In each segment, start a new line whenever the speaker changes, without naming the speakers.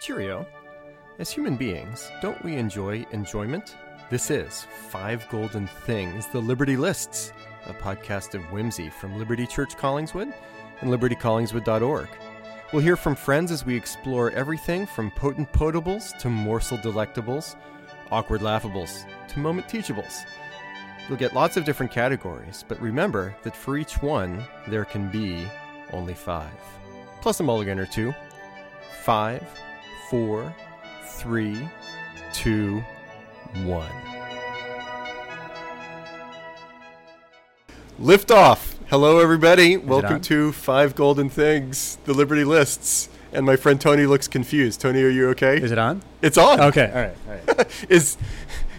Cheerio. As human beings, don't we enjoy enjoyment? This is Five Golden Things, the Liberty Lists, a podcast of whimsy from Liberty Church Collingswood and libertycollingswood.org. We'll hear from friends as we explore everything from potent potables to morsel delectables, awkward laughables to moment teachables. You'll get lots of different categories, but remember that for each one, there can be only five. Plus a mulligan or two. Five, four, three, two, one. Lift off. Hello, everybody. Welcome
on?
to Five Golden Things, the Liberty Lists. And my friend Tony looks confused. Tony, are you okay?
Is it on?
it's on.
Okay, all right, all right.
Is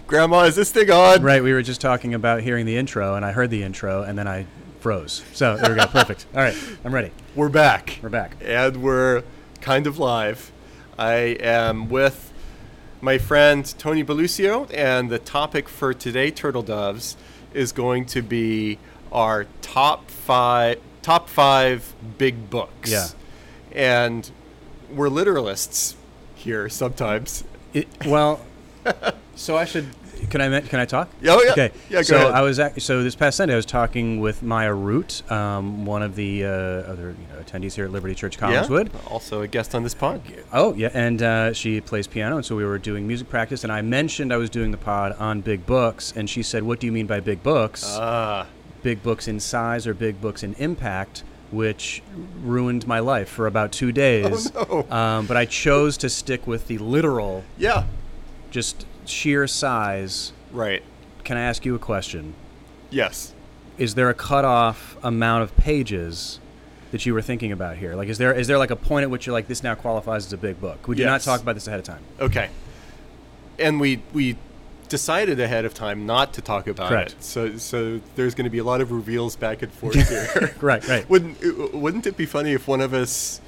Grandma? Is this thing on?
right, we were just talking about hearing the intro, and I heard the intro, and then I froze. So there we go, perfect. All right, I'm ready.
We're back.
We're back.
and we're kind of live. I am with my friend Tony Belucio, and the topic for today, Turtle Doves, is going to be our top five top five big books.
Yeah.
And we're literalists here sometimes.
It, well, so I should. Can I men- can I talk?
Yeah, oh, yeah.
Okay.
Yeah, go
so
ahead.
I was act- so this past Sunday I was talking with Maya Root, um, one of the uh, other you know, attendees here at Liberty Church Collingswood.
Also a guest on this pod.
Oh yeah, and uh, she plays piano, and so we were doing music practice, and I mentioned I was doing the pod on big books, and she said, "What do you mean by big books?"
Ah.
big books in size or big books in impact, which ruined my life for about two days.
Oh, no.
um, but I chose to stick with the literal,
yeah.
just sheer size.
Right.
Can I ask you a question?
Yes.
Is there a cutoff amount of pages that you were thinking about here? Like, is there is there like a point at which you're like, this now qualifies as a big book? We did not
Yes.
talk about this ahead of time.
Okay. And we we decided ahead of time not to talk about
Correct.
it. So so there's going to be a lot of reveals back and forth here.
Right, right.
wouldn't it- wouldn't it be funny if one of us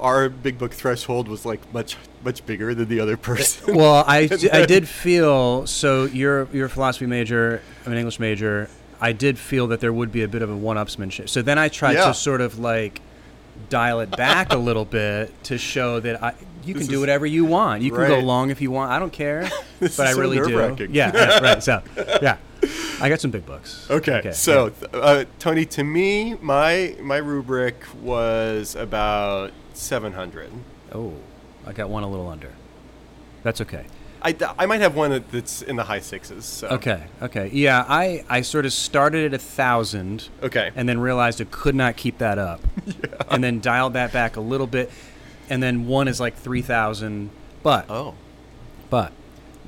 our big book threshold was like much much bigger than the other person?
well, I, I did feel so. You're you're a philosophy major. I'm an English major. I did feel that there would be a bit of a one-upsmanship. So then I tried
Yeah.
to sort of like dial it back a little bit to show that I you
This
can do
is-
whatever you want. You can go
Right.
long if you want. I don't care.
This
but
is
I
so
really do.
nerve-wracking.
Yeah, yeah, right. So yeah, I got some big books.
Okay, so th- uh, Tony, to me, my my rubric was about 700.
oh, I got one a little under. That's okay.
I, d- I might have one that- that's in the high sixes. So.
Okay. Okay. Yeah, I I sort of started at a thousand.
Okay.
and then realized it could not keep that up, and then dialed that back a little bit, and then one is like three thousand. But
oh.
but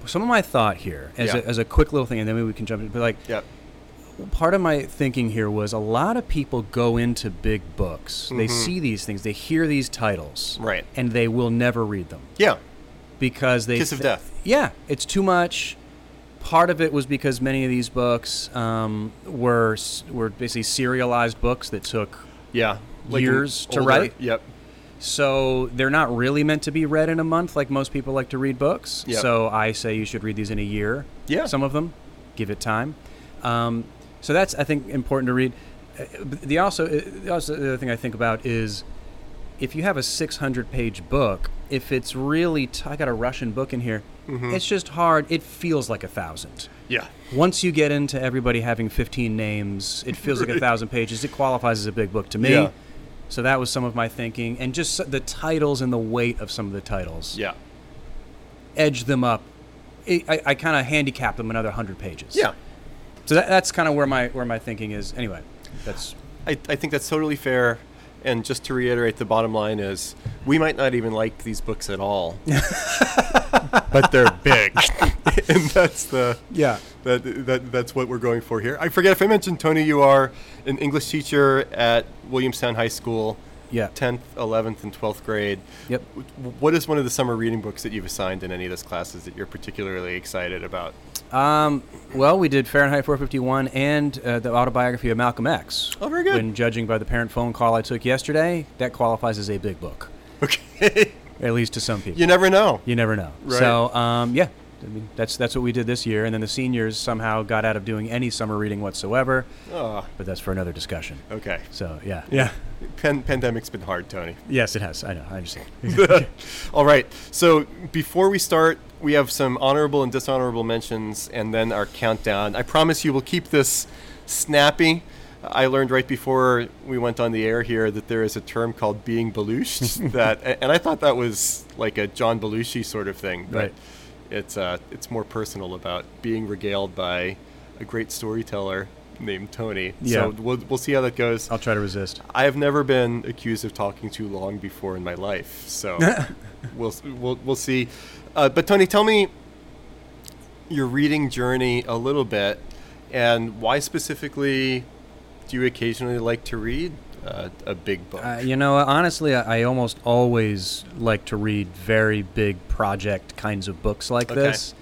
some of my thought here as
Yeah.
a, as a quick little thing, and then maybe we can jump in. But like
Yep.
part of my thinking here was a lot of people go into big books, they see these things, they hear these titles,
Mm-hmm. Right.
and they will never read them
Yeah.
because they
Kiss of death.
yeah, it's too much. Part of it was because many of these books um, were s- were basically serialized books that took
Yeah. an
Years to
older-
write?
Yep.
So they're not really meant to be read in a month, like most people like to read books.
Yep.
So I say you should read these in a year.
Yeah.
Some of them, give it time. Um, so that's I think important to read. Uh, but The also uh, the also the other thing I think about is if you have a 600 page book, if it's really t- I got a Russian book in here, it's just hard. It feels like a thousand.
Yeah.
Once you get into everybody having 15 names, it feels like a thousand pages. It qualifies as a big book to me.
Yeah.
So that was some of my thinking, and just s- the titles and the weight of some of the titles
Yeah.
edge them up. I, I, I kind of handicap them another hundred pages.
Yeah.
So that, that's kind of where my where my thinking is. Anyway, that's
I, I think that's totally fair. And just to reiterate, the bottom line is we might not even like these books at all, but they're big, and that's the
yeah.
that, that that's what we're going for here. I forget if I mentioned Tony, you are an English teacher at Williamstown High School,
Yeah.
tenth, eleventh, and twelfth grade.
Yep.
W- What is one of the summer reading books that you've assigned in any of those classes that you're particularly excited about?
Um, well, we did Fahrenheit 451 and uh, the autobiography of Malcolm X.
Oh, very good.
When judging by the parent phone call I took yesterday, that qualifies as a big book,
Okay,
at least to some people.
you never know.
You never know.
Right.
So, um, yeah, I mean, that's that's what we did this year, and then the seniors somehow got out of doing any summer reading whatsoever.
Oh,
But that's for another discussion.
okay.
So yeah,
Yeah. Pan- pandemic's been hard, Tony.
yes, it has. I know. I understand.
All right. So before we start, we have some honorable and dishonorable mentions, and then our countdown. I promise you, we'll keep this snappy. I learned right before we went on the air here that there is a term called being Belushed. that, a- and I thought that was like a John Belushi sort of thing, but
Right.
it's uh, it's more personal about being regaled by a great storyteller named Tony.
Yeah.
So we'll we'll see how that goes.
I'll try to resist.
I have never been accused of talking too long before in my life, so we'll, we'll we'll see. Uh, but Tony, tell me your reading journey a little bit, and why specifically do you occasionally like to read uh, a big book?
Uh, you know, honestly, I, I almost always like to read very big project kinds of books like
Okay.
this.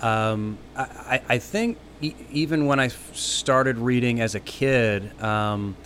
Um, I, I, I think e- even when I f- started reading as a kid, um,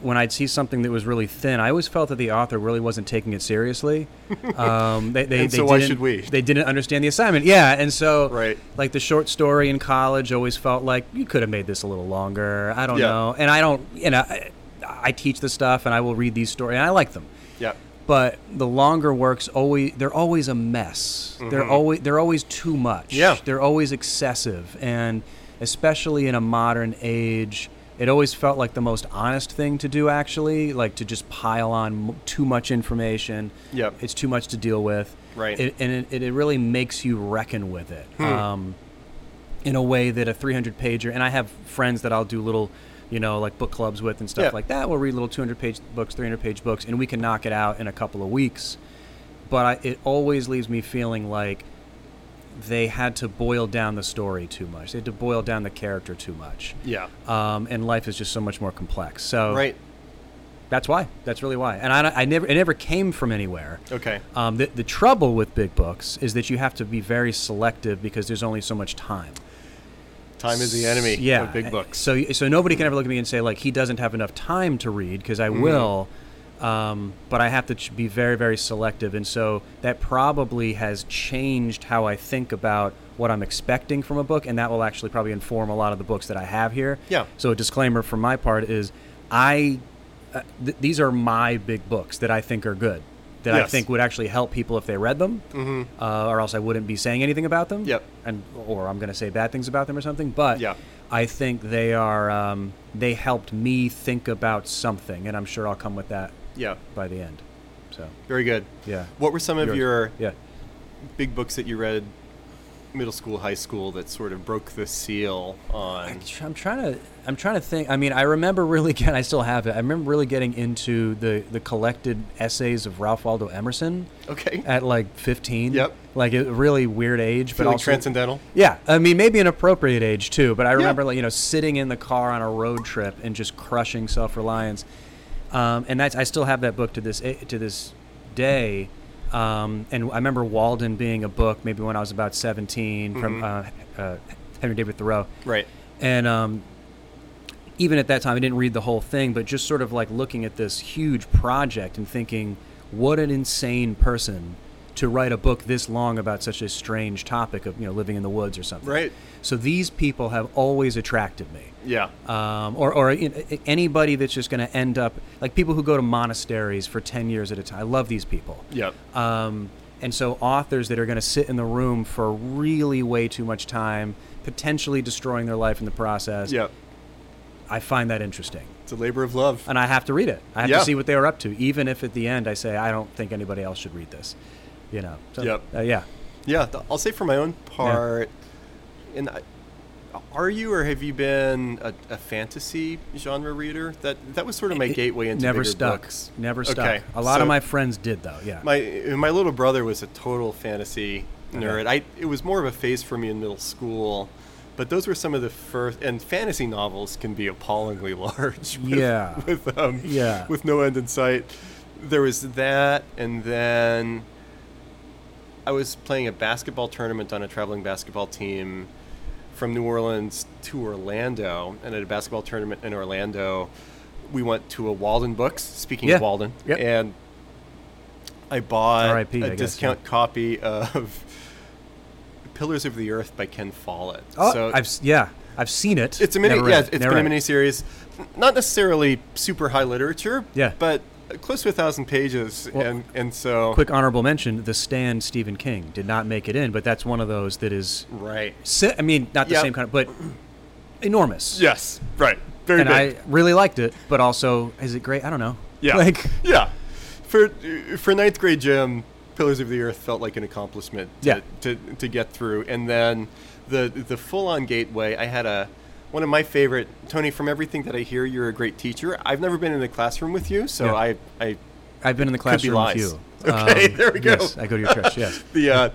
when I'd see something that was really thin, I always felt that the author really wasn't taking it seriously. Um, they, they,
And
they
so why
didn't-
should we?
They didn't understand the assignment. Yeah, and so
Right.
like the short story in college always felt like you could have made this a little longer. I don't
Yeah.
know, and I don't, you know, I, I teach this stuff and I will read these stories and I like them,
yeah,
but the longer works always they're always a mess. They're always they're always too much.
Mm-hmm. Yeah.
they're always excessive, and especially in a modern age. It always felt like the most honest thing to do, actually, like to just pile on m- too much information.
Yep.
It's too much to deal with.
Right. Hmm.
It, and it, it really makes you reckon with it. Um, in a way that a 300 pager and i have friends that i'll do little you know like book clubs with and stuff
Yeah.
like that we'll read little 200 page books 300 page books and we can knock it out in a couple of weeks but I, it always leaves me feeling like they had to boil down the story too much they had to boil down the character too much
yeah,
um, and life is just so much more complex so
right.
that's why that's really why and i, I never it never came from anywhere
Okay,
um, the, the trouble with big books is that you have to be very selective because there's only so much time
time is the enemy.
yeah,
of big books.
So so nobody can ever look at me and say like he doesn't have enough time to read because
Mm-hmm.
I will, um, but I have to ch- be very very selective, and so that probably has changed how I think about what I'm expecting from a book, and that will actually probably inform a lot of the books that I have here.
Yeah.
So a disclaimer from my part is, I uh, th- these are my big books that I think are good. That I
Yes.
think would actually help people if they read them, uh, or else I wouldn't be saying anything about them
Mm-hmm. Yep.
and or I'm going to say bad things about them or something. But
Yeah.
I think they are um, they helped me think about something, and I'm sure I'll come with that
Yeah,
by the end. So
very good.
yeah,
What were some of
Yours.
your
yeah.
big books that you read, middle school, high school, that sort of broke the seal on?
I'm trying to I'm trying to think. I mean, I remember really getting I still have it. I remember really getting into the the collected essays of Ralph Waldo Emerson
Okay,
at like 15.
Yep.
Like a really weird age, but
feeling
also
transcendental.
Yeah, I mean, maybe an appropriate age too, but I remember, like, you know, sitting in the car on a road trip and just crushing self-reliance, um, and that's I still have that book to this eh, to this day, um, and I remember Walden being a book maybe when I was about 17 from uh, uh, Henry David Thoreau,
Right.
and um, even at that time, I didn't read the whole thing, but just sort of like looking at this huge project and thinking, what an insane person to write a book this long about such a strange topic of you know living in the woods or something.
Right.
So these people have always attracted me.
Yeah.
Um, or, or you know, anybody that's just going to end up like people who go to monasteries for 10 years at a time. I love these people.
Yep.
Um, and so authors that are going to sit in the room for really way too much time, potentially destroying their life in the process.
Yep.
I find that interesting.
It's a labor of love.
And I have to read it. I have
Yeah.
to see what they were up to, even if at the end I say, I don't think anybody else should read this. You know? So,
Yep.
uh, yeah.
Yeah. th- I'll say for my own part, and I, are you or have you been a, a fantasy genre reader? That that was sort of my
It
gateway into
Never
bigger
stuck.
books.
Never
Okay,
stuck. A lot
so-
of my friends did, though. Yeah.
My my little brother was a total fantasy
Okay.
nerd. I it was more of a phase for me in middle school, but those were some of the first. And fantasy novels can be appallingly large. With,
Yeah.
With um,
Yeah.
With no end in sight. There was that, and then I was playing a basketball tournament on a traveling basketball team from New Orleans to Orlando, and at a basketball tournament in Orlando, we went to a Walden Books. Speaking
Yeah.
of Walden,
Yep.
and I bought
RIP,
a
I guess,
discount copy of Pillars of the Earth by Ken Follett.
Oh,
so
I've s- yeah, I've seen it.
it's a mini.
Never read
yeah,
it.
it's
Never
been a
read
mini
it.
series. Not necessarily super high literature.
Yeah.
But close to a thousand pages,
Well,
and and so
Quick honorable mention: The Stand, Stephen King, did not make it in, but that's one of those that is.
Right.
si- I mean, not the
Yeah.
same kind of, but enormous.
Yes. Right. Very
and
big.
I really liked it, but also, is it great? I don't know.
Yeah.
Like,
yeah. For for ninth grade gym, Pillars of the Earth felt like an accomplishment to,
Yeah.
to, to get through. And then the the full on gateway, I had a one of my favorite Tony, from everything that I hear, you're a great teacher. I've never been in a classroom with you, so
Yeah.
I, I
I've been in the
Could be
classroom
lies.
with you.
Okay, there we go.
Yes, I go to your church. Yes.
the uh,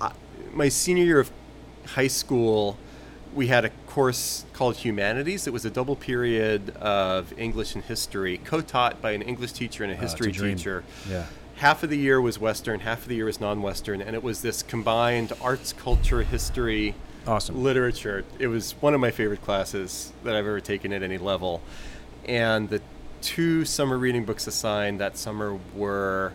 I, my senior year of high school, we had a course called humanities. It was a double period of English and history, co-taught by an English teacher and a
Oh, it's a
history
dream.
teacher.
Yeah.
Half of the year was Western, half of the year was non-Western, and it was this combined arts, culture, history,
Awesome.
literature. It was one of my favorite classes that I've ever taken at any level. And the two summer reading books assigned that summer were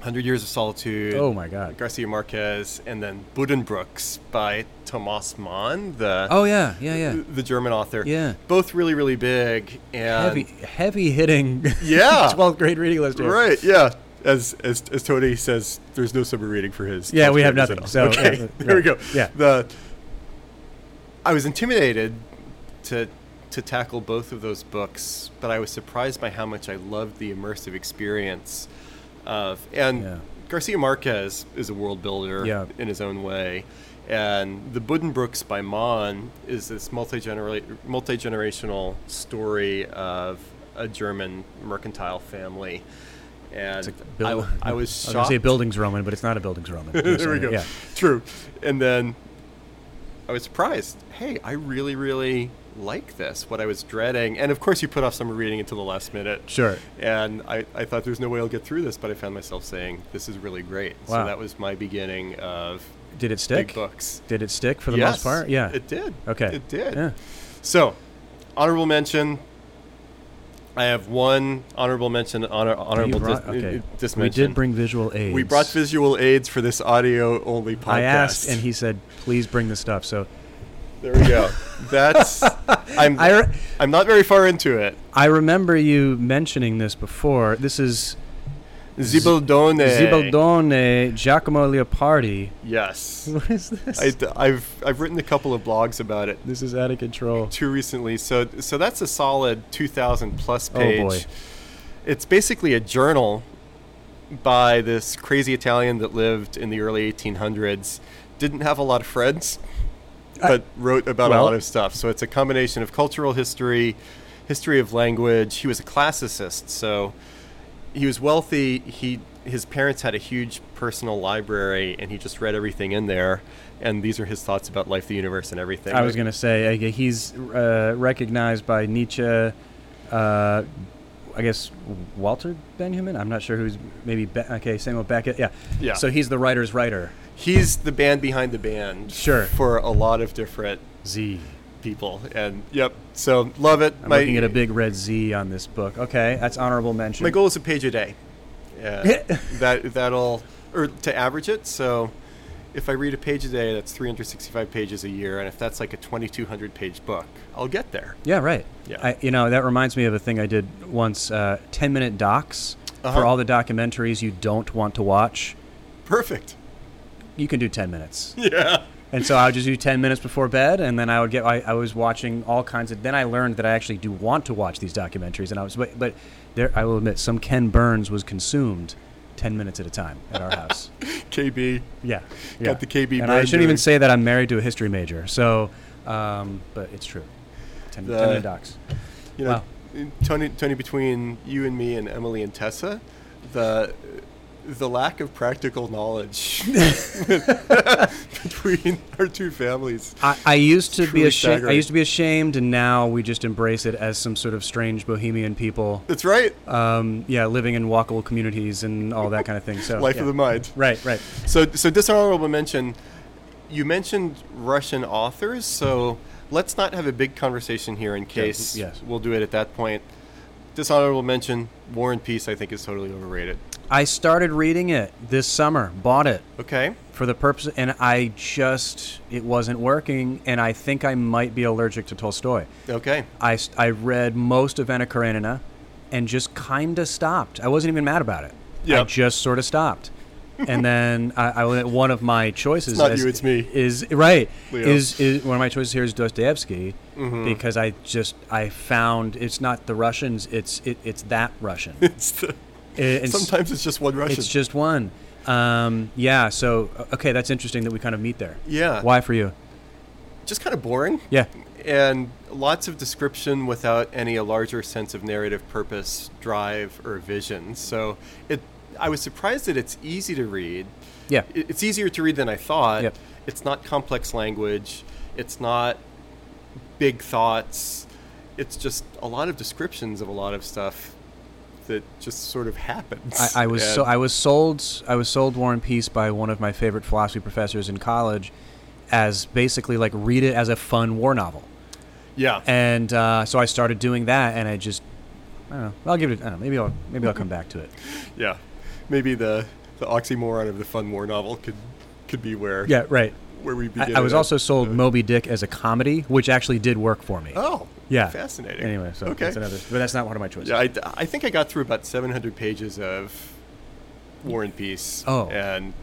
100 Years of Solitude.
Oh my God.
Garcia Marquez and then Buddenbrooks by Thomas Mann, the
Oh yeah, yeah, yeah.
the German author.
Yeah.
Both really really big and
Heavy, heavy hitting.
Uh, Yeah.
12th grade reading list. here.
Right, yeah. As, as, as Tony says, there's no summer reading for his.
Yeah, we have
transcripts at
nothing,
all.
so,
okay,
yeah,
there we
right,
go.
yeah.
The I was intimidated to to tackle both of those books, but I was surprised by how much I loved the immersive experience of and
Yeah.
Garcia Marquez is a world builder
Yeah.
in his own way. And the Buddenbrooks by Mann is this multi-genera- multi-generational story of a German mercantile family. And I,
Buil-
w- I was shocked.
gonna say buildings Roman, but it's not a buildings Roman.
there we go.
Yeah.
True. And then I was surprised. Hey, I really, really like this, what I was dreading. And of course, you put off summer reading until the last minute.
Sure.
And I, I thought there's no way I'll get through this, but I found myself saying, this is really great.
Wow.
So that was my beginning of
Did it stick?
big books.
Did it stick for the
yes,
most part? Yeah.
It did.
okay.
It did.
Yeah.
So, honorable mention. I have one honorable mention, honor, honorable
Oh, You brought-
dis-
okay. we
dismention.
did bring visual aids.
We brought visual aids for this audio only podcast.
I asked, and he said, "Please bring the stuff." So
There we go. That's I'm
I, re-
I'm not very far into it.
I remember you mentioning this before. This is
Zibaldone.
Zibaldone Giacomo Leopardi.
Yes.
What is this?
I, I've I've written a couple of blogs about it
this is out of control.
too recently. So so that's a solid 2,000 plus
Oh,
page.
boy.
It's basically a journal by this crazy Italian that lived in the early 1800s. Didn't have a lot of friends,
I-
but wrote about a
Well-
lot of stuff. So it's a combination of cultural history, history of language. He was a classicist, so he was wealthy. He his parents had a huge personal library, and he just read everything in there. And these are his thoughts about life, the universe, and everything.
I was going to say uh, he's uh, recognized by Nietzsche. Uh, I guess Walter Benjamin. I'm not sure who's maybe Be- okay. Samuel Beckett. Yeah.
Yeah.
So he's the writer's writer.
he's the band behind the band
Sure.
for a lot of different
Z.
people and yep so love it
I'm looking at a big red Z on this book. Okay, that's honorable mention.
my goal is a page a day yeah that that'll or to average it so if i read a page a day that's 365 pages a year and if that's like a 2200 page book i'll get there
Yeah, right.
Yeah.
I, you know, that reminds me of a thing I did once uh, 10 minute docs for
Uh-huh.
all the documentaries you don't want to watch.
perfect
You can do 10 minutes.
yeah
and so I would just do 10 minutes before bed, and then I would get, I, I was watching all kinds of, then I learned that I actually do want to watch these documentaries. And I was, but, but there, I will admit, some Ken Burns was consumed 10 minutes at a time at our house.
kb
Yeah.
Got
yeah.
the KB
And I
burn
shouldn't even
doing.
say that I'm married to a history major. So, um, but it's true. 10, 10
The-
minute docs.
you know
Wow.
tony tony between you and me and emily and tessa the the lack of practical knowledge between our two families
I, I used to be
truly
ashamed. I
staggering.
used to be ashamed, and now we just embrace it as some sort of strange bohemian people.
that's right
Um, yeah, living in walkable communities and all that kind of thing. So
life
Oh, yeah.
of the mind
Right, right.
So, so dishonorable mention. You mentioned Russian authors, so let's not have a big conversation here in case
yes.
we'll do it at that point. Dishonorable mention. War and Peace, I think, is totally overrated.
I started reading it this summer, bought it
Okay.
for the purpose, and I just, it wasn't working, and I think I might be allergic to Tolstoy.
Okay.
I, s- I read most of Anna Karenina and just kind of stopped. I wasn't even mad about it. I
Yep.
just sort of stopped. and then I, I went- one of my choices
It's not
is,
you, it's me.
is right
Leo. Mm-hmm.
is is one of my choices here is Dostoevsky because I just I found it's not the Russians it's it, it's that Russian.
It's the,
It's-
sometimes it's just one Russian.
it's just one. Um, yeah, so okay, that's interesting that we kind of meet there.
yeah.
Why for you?
Just kind of boring.
Yeah.
And lots of description without any larger sense of narrative purpose, drive, or vision. So it, I was surprised that it's easy to read.
Yeah.
It- It's easier to read than I thought.
Yep.
It's not complex language. It's not big thoughts. It's just a lot of descriptions of a lot of stuff that just sort of happens.
I, I was so
And-
I was sold I was sold War and Peace by one of my favorite philosophy professors in college, as basically like read it as a fun war novel,
yeah.
and uh, so I started doing that, and I just I don't know. I'll give it. I don't know. Maybe I'll maybe I'll come back to it.
Yeah, maybe the the oxymoron of the fun war novel could could be where
Yeah, right.
where we
I,
begin.
I was
at.
also sold Moby Dick as a comedy, which actually did work for me.
oh
yeah,
fascinating.
Anyway, so
okay,
that's another. But that's not one of my choices.
yeah, I, I think I got through about seven hundred pages of War and Peace.
Oh.
and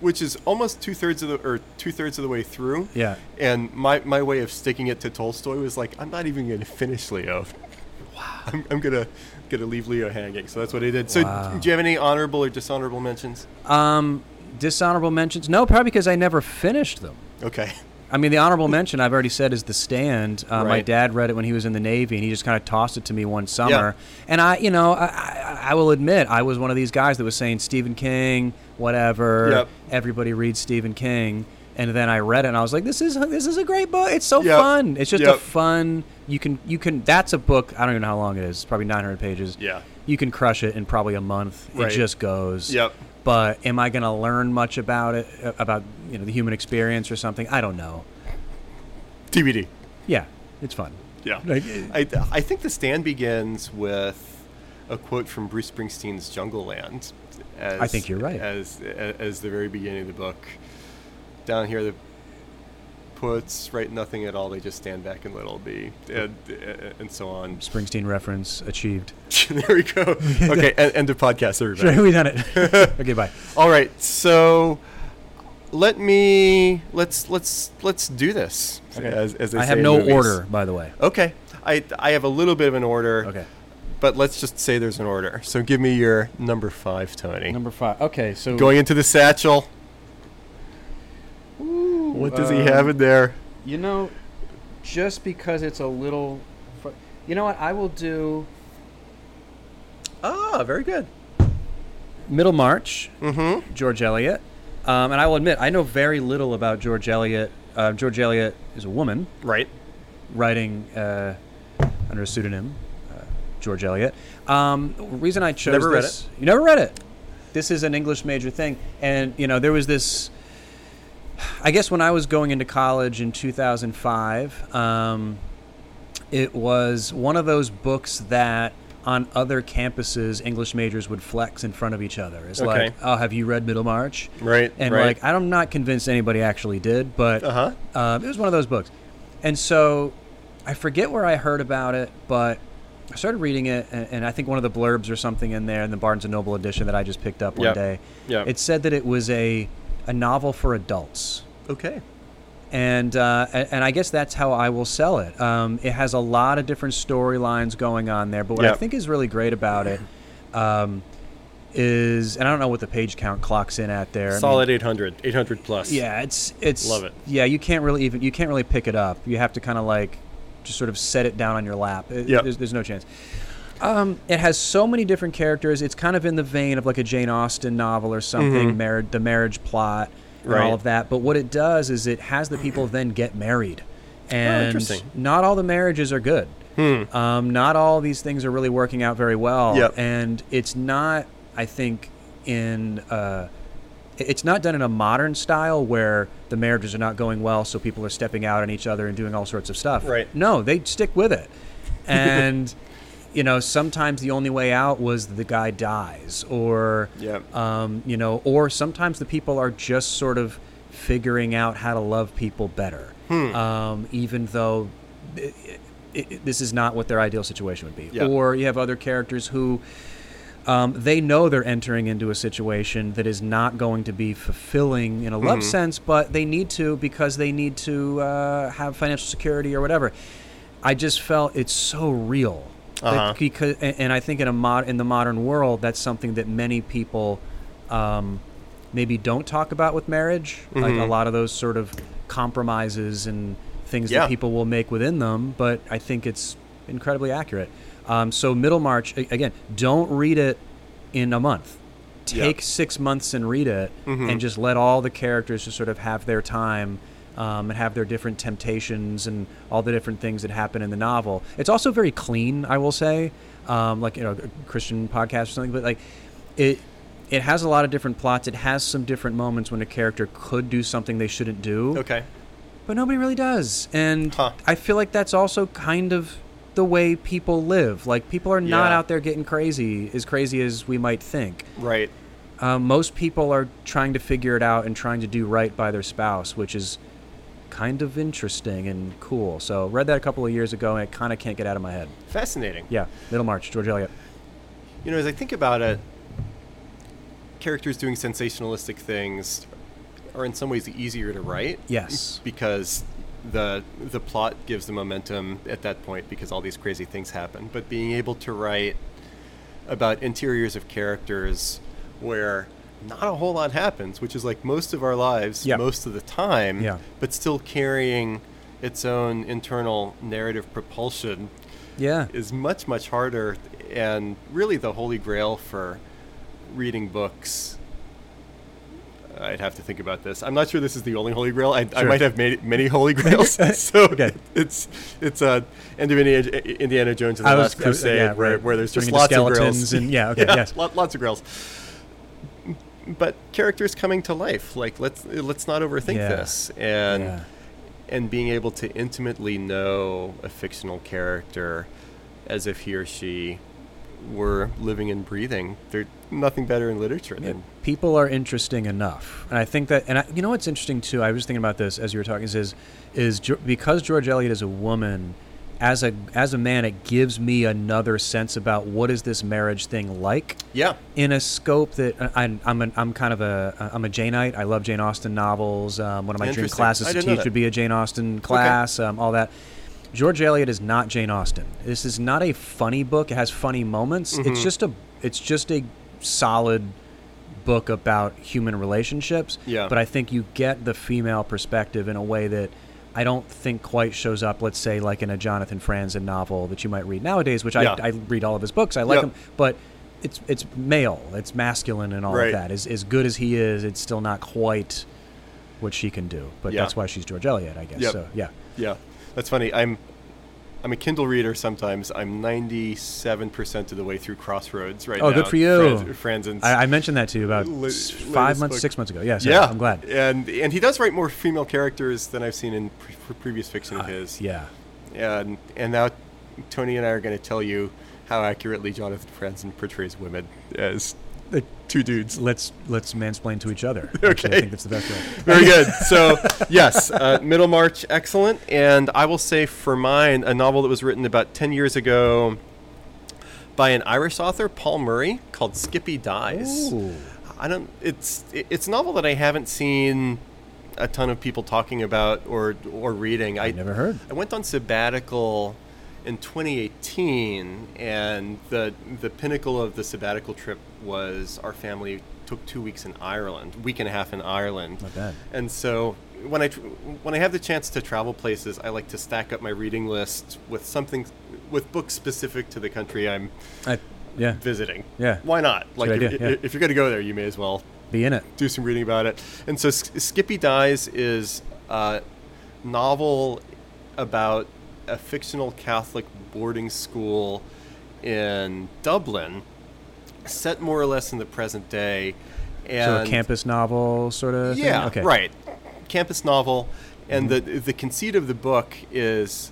which is almost two thirds of the or two thirds of the way through.
yeah.
And my, my way of sticking it to Tolstoy was like, I'm not even going to finish Leo. Wow. I'm, I'm gonna gonna leave Leo hanging. So that's what I did. So
Wow.
do you have any honorable or dishonorable mentions?
Um, dishonorable mentions? No, probably because I never finished them.
Okay.
I mean, the honorable mention I've already said is The Stand. Uh, My
Right.
dad read it when he was in the Navy, and he just kind of tossed it to me one summer. And I, you know, I, I, I will admit I was one of these guys that was saying Stephen King, whatever.
Yep.
Everybody reads Stephen King. And then I read it, and I was like, "This is this is a great book. It's so
Yep.
fun. It's just a
Yep.
fun. You can you can. That's a book. I don't even know how long it is. It's probably 900 pages.
Yeah.
You can crush it in probably a month.
Right.
It just goes
Yep.
but am I going to learn much about it uh, about you know the human experience or something? I don't know.
TBD.
Yeah, it's fun.
Yeah.
Like-
I, I think the stand begins with a quote from Bruce Springsteen's Jungle Land. As,
I think you're right.
As, as the very beginning of the book. Down here, the puts write nothing at all. They just stand back and let all be, and, and so on.
Springsteen reference achieved.
there we go. Okay, and, end of podcast, everybody.
Sure, we done it. okay, bye.
All right, so let me let's let's let's do this. As, as they
I
say
have
in
no
movies.
order, by the way.
Okay, I I have a little bit of an order.
Okay.
but let's just say there's an order. So give me your number five, Tony.
Number five. Okay, so
Going into the satchel. What does he have in there?
You know, just because it's a little, fr- you know what? I will do
Ah, very good.
Middlemarch,
Mm-hmm.
George Eliot, um, and I will admit I know very little about George Eliot. Uh, George Eliot is a woman.
Right.
writing uh, under a pseudonym, uh, George Eliot. Um, the reason I chose
Never read
this, You never read it. This is an English major thing, and you know there was this. I guess when I was going into college in 2005, um, it was one of those books that on other campuses English majors would flex in front of each other. It's like,
Okay.
oh, have you read Middlemarch?
Right.
And
right.
like, I'm not convinced anybody actually did, but
Uh huh.
um, it was one of those books. And so I forget where I heard about it, but I started reading it, and, and I think one of the blurbs or something in there in the Barnes and Noble edition that I just picked up one
Yep.
day.
Yep.
It said that it was a a novel for adults,
Okay.
and uh, a- and I guess that's how I will sell it. Um, it has a lot of different storylines going on there, but what I
Yep.
think is really great about it. Um, is and I don't know what the page count clocks in at there. I mean,
Solid 800. 800 plus.
yeah, it's it's
Love it.
Yeah, you can't really even you can't really pick it up. You have to kind of like just sort of set it down on your lap. It-
Yep.
there's, there's no chance. Um, it has so many different characters. It's kind of in the vein of like a Jane Austen novel or something,
Mhm.
marriage, the marriage plot, and
Right.
all of that. But what it does is it has the people then get married, and
Oh, interesting.
not all the marriages are good.
Hmm.
Um, not all these things are really working out very well,
Yep.
and it's not. I think in uh, it- it's not done in a modern style where the marriages are not going well, so people are stepping out on each other and doing all sorts of stuff.
Right.
No, they stick with it, and you know, sometimes the only way out was the guy dies, or
Yeah.
um, you know, or sometimes the people are just sort of figuring out how to love people better,
Hmm.
um, even though it, it, it- this is not what their ideal situation would be.
Yeah.
Or you have other characters who um, they know they're entering into a situation that is not going to be fulfilling in a love
Mm-hmm.
sense, but they need to because they need to uh, have financial security or whatever. I just felt it's so real. Like,
Uh-huh.
because, and and I think in a mod, in the modern world, that's something that many people um, maybe don't talk about with marriage. Like a
Mhm.
lot of those sort of compromises and things
Yeah.
that people will make within them. But I think it's incredibly accurate. Um, so Middlemarch a- again, don't read it in a month.
Yeah.
Take six months and read it,
Mhm.
and just let all the characters just sort of have their time um, and have their different temptations and all the different things that happen in the novel. It's also very clean, I will say, um, like you know, a Christian podcast or something. But like, it it has a lot of different plots. It has some different moments when a character could do something they shouldn't do
Okay.
but nobody really does. And
Huh.
I feel like that's also kind of the way people live. Like people are not
Yeah.
out there getting crazy, as crazy as we might think.
Right.
Um, most people are trying to figure it out and trying to do right by their spouse, which is kind of interesting and cool. So read that a couple of years ago, and I kind of can't get out of my head.
Fascinating.
Yeah, Middlemarch, George Eliot.
You know, as I think about it, characters doing sensationalistic things are in some ways easier to write.
Yes.
Because the the plot gives the momentum at that point because all these crazy things happen. But being able to write about interiors of characters where not a whole lot happens, which is like most of our lives
Yeah.
most of the time,
Yeah.
but still carrying its own internal narrative propulsion
Yeah,
is much much harder and really the holy grail for reading books i'd have to think about this i'm not sure this is the only holy grail i, I
Sure.
might have made many holy grails so
Okay.
it's it's uh end of indiana, indiana jones and the
I was
last
cru-
crusade
yeah,
where,
right.
where there's just
Turning into
lots of grails
skeletons and- yeah, okay, yes.
lot- lots of grails but characters coming to life like let's let's not overthink
Yeah.
this and
Yeah.
and being able to intimately know a fictional character as if he or she were living and breathing. There's nothing better in literature than
people are interesting enough, and I think that. And I, you know what's interesting too? I was thinking about this as you were talking. Is is, is Jo- because George Eliot is a woman. As a as a man, it gives me another sense about what is this marriage thing like
yeah,
in a scope that uh, I, I'm- I'm an, I'm kind of a uh, I'm a Janeite. I love Jane Austen novels. Um, one of my dream
Interesting.
classes
I
to
didn't know
teach
that.
would be a Jane Austen class. Um, all that. George Eliot is not Jane Austen. This is not a funny book. It has funny moments.
Mm-hmm.
It's just a it's just a solid book about human relationships.
Yeah.
But I think you get the female perspective in a way that. I don't think quite shows up, let's say, like in a Jonathan Franzen novel that you might read nowadays, which
Yeah.
I, I read all of his books. I like
Yeah.
him, but it's it's male, it's masculine, and all
Right.
of that. As as good as he is, it's still not quite what she can do. But
Yeah.
that's why she's George Eliot, I guess.
Yep.
So yeah,
yeah. That's funny. I'm I'm a Kindle reader sometimes. I'm 97% of the way through Crossroads right
Oh,
now.
good for you.
Franz, Franzen's
I, I mentioned that to you about
La-
s- five
latest
months,
book.
six months ago. Yeah, so
yeah,
I'm glad.
And and he does write more female characters than I've seen in pre- pre- previous fiction of his.
Uh, Yeah,
and and now Tony and I are going to tell you how accurately Jonathan Franzen portrays women as uh, two dudes.
let's let's mansplain to each other. Actually, I
Okay.
think that's the best way.
Very good. So yes, uh, Middlemarch, excellent. And I will say for mine, a novel that was written about ten years ago by an Irish author, Paul Murray, called Skippy Dies.
Ooh.
I don't. It's it- it's a novel that I haven't seen a ton of people talking about or or reading. I
never heard.
I went on sabbatical in 2018, and the the pinnacle of the sabbatical trip was our family took two weeks in Ireland, week and a half in Ireland.
Not bad.
And so when I tr- when I have the chance to travel places, I like to stack up my reading list with something with books specific to the country I'm
I, yeah,
visiting.
Yeah.
Why not? Like
good
if,
idea, yeah.
if you're going to go there, you may as well
be in it.
do some reading about it. And so S- Skippy Dies is a novel about a fictional Catholic boarding school in Dublin, set more or less in the present day. And
So a campus novel sort of. thing?
yeah,
Okay.
right. Campus novel, and the the conceit of the book is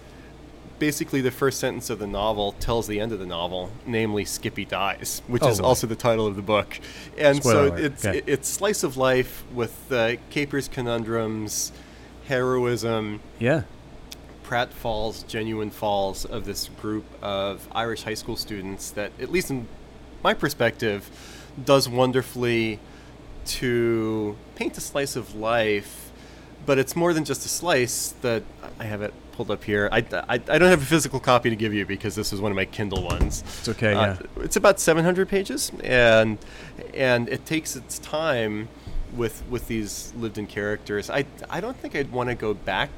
basically the first sentence of the novel tells the end of the novel, namely Skippy dies, which
Oh,
is
boy.
also the title of the book. And
Spoiler
so
alert.
it's
Okay.
it- it's slice of life with uh, capers, conundrums, heroism,
Yeah.
Pratt Falls, genuine falls of this group of Irish high school students that, at least in my perspective, does wonderfully to paint a slice of life. But it's more than just a slice that I have it pulled up here. I, I, I don't have a physical copy to give you because this is one of my Kindle ones.
It's okay,
Uh, It's about 700 pages, and and it takes its time with with these lived-in characters. I I don't think I'd want to go back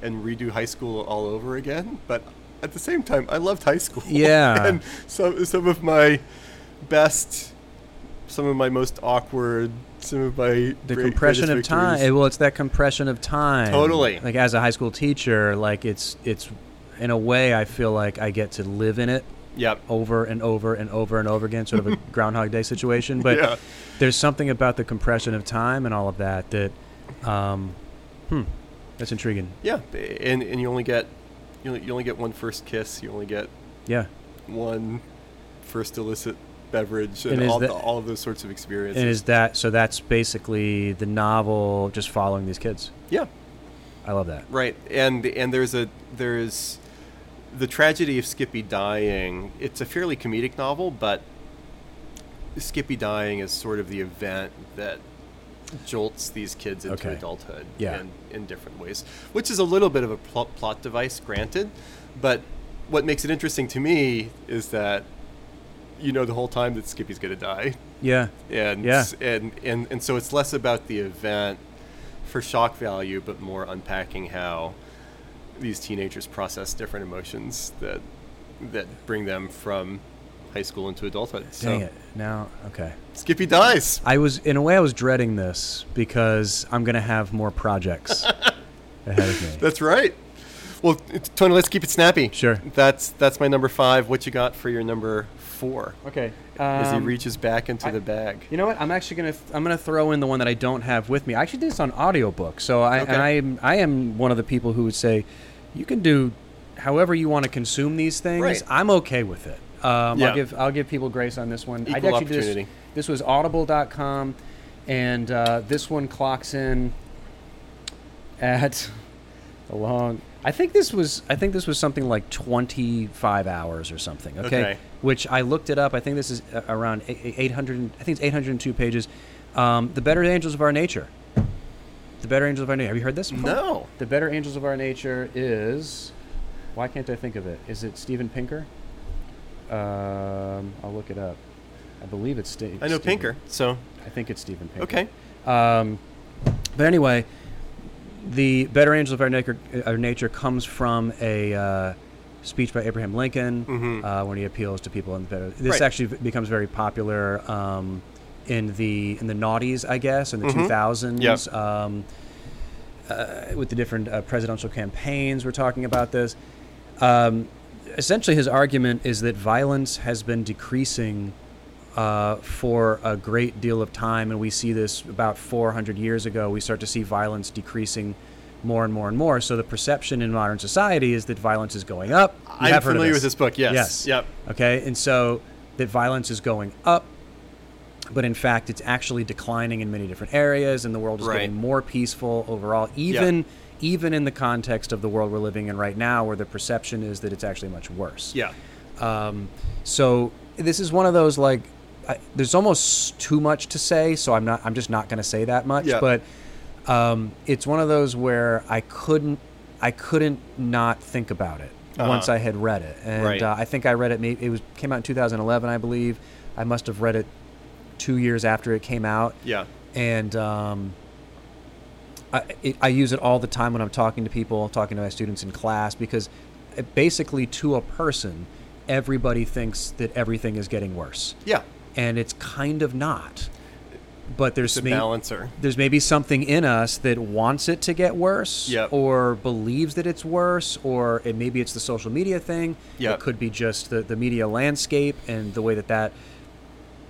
and redo high school all over again. But at the same time, I loved high school.
Yeah.
and some some of my best, some of my most awkward, some of my
The
great-
compression of
greatest
time.
victories.
Well, it's that compression of time.
Totally.
Like as a high school teacher, like it's it's in a way I feel like I get to live in it
Yep.
over and over and over and over again, sort of a Groundhog Day situation. But
yeah.
there's something about the compression of time and all of that that, um, hmm, that's intriguing.
Yeah. And and you only get you only- you only get one first kiss. You only get
Yeah.
one first illicit beverage and,
And is
all,
that-
the, all of those sorts of experiences.
And is that so? That's basically the novel, just following these kids.
yeah,
I love that.
right. And and there's a there's the tragedy of Skippy dying. It's a fairly comedic novel, but Skippy dying is sort of the event that jolts these kids into
Okay.
adulthood
Yeah.
in, in different ways, which is a little bit of a pl- plot device, granted. But what makes it interesting to me is that you know the whole time that Skippy's going to die.
Yeah.
and
Yeah.
s- and, and and so it's less about the event for shock value but more unpacking how these teenagers process different emotions that that bring them from high school into adulthood
Dang
so
it. Now, okay.
skippy dies
I was, in a way, I was dreading this because I'm gonna have more projects ahead of me.
that's right well it- tony let's keep it snappy
Sure.
that's that's my number five what you got for your number four
Okay.
as he
um,
reaches back into
I-
the bag
You know what? I'm actually gonna th- I'm gonna throw in the one that I don't have with me. I actually did this on audiobook, so I
Okay.
and I am I am one of the people who would say, you can do however you want to consume these things.
Right.
I'm okay with it. Um,
Yeah.
I'll give I'll give people grace on this one. I
Equal
actually did
opportunity.
This, this was Audible.com, and uh, this one clocks in at a long. I think this was I think this was something like 25 hours or something. Okay.
Okay.
Which I looked it up. I think this is uh, around eight- eight- 800. and- I think it's 802 pages. Um, the Better Angels of Our Nature. The Better Angels of Our Nature. Have you heard this? before?
no
The Better Angels of Our Nature is. Why can't I think of it? Is it Steven Pinker? Um, I'll look it up. I believe it's Ste-
i know
Steven-
pinker so
I think it's Steven Pinker.
okay
Um, but anyway, the better angels of our nature, our nature comes from a uh, speech by Abraham Lincoln
Mhm.
uh, when he appeals to people in the better. This
Right.
actually v- becomes very popular um, in the in the noughties, I guess, in the
Mhm.
2000s.
Yep.
Um, uh, with the different uh, presidential campaigns, we're talking about this. Um, essentially, his argument is that violence has been decreasing uh, for a great deal of time, and we see this about 400 years ago. We start to see violence decreasing more and more and more. So the perception in modern society is that violence is going up. You
i'm
have heard of
familiar with this book yes
Yes.
yep
Okay, and so that violence is going up, but in fact, it's actually declining in many different areas, and the world is
Right.
getting more peaceful overall. Even even in the context of the world we're living in right now, where the perception is that it's actually much worse.
yeah
Um, so this is one of those like, I, there's almost too much to say, so I'm not. I'm just not going to say that much.
Yeah.
But um, it's one of those where I couldn't. I couldn't not think about it
Uh-huh.
once I had read it, and
Right.
uh, I think I read it. Maybe it was came out in 2011, I believe. I must have read it two years after it came out
yeah
and um, I, it, I use it all the time when I'm talking to people, talking to my students in class, because it basically to a person, everybody thinks that everything is getting worse,
yeah
and it's kind of not. But
it's
there's
a
may-
balancer
there's maybe something in us that wants it to get worse,
Yep.
or believes that it's worse, or it, maybe it's the social media thing.
Yep.
It could be just the, the media landscape and the way that that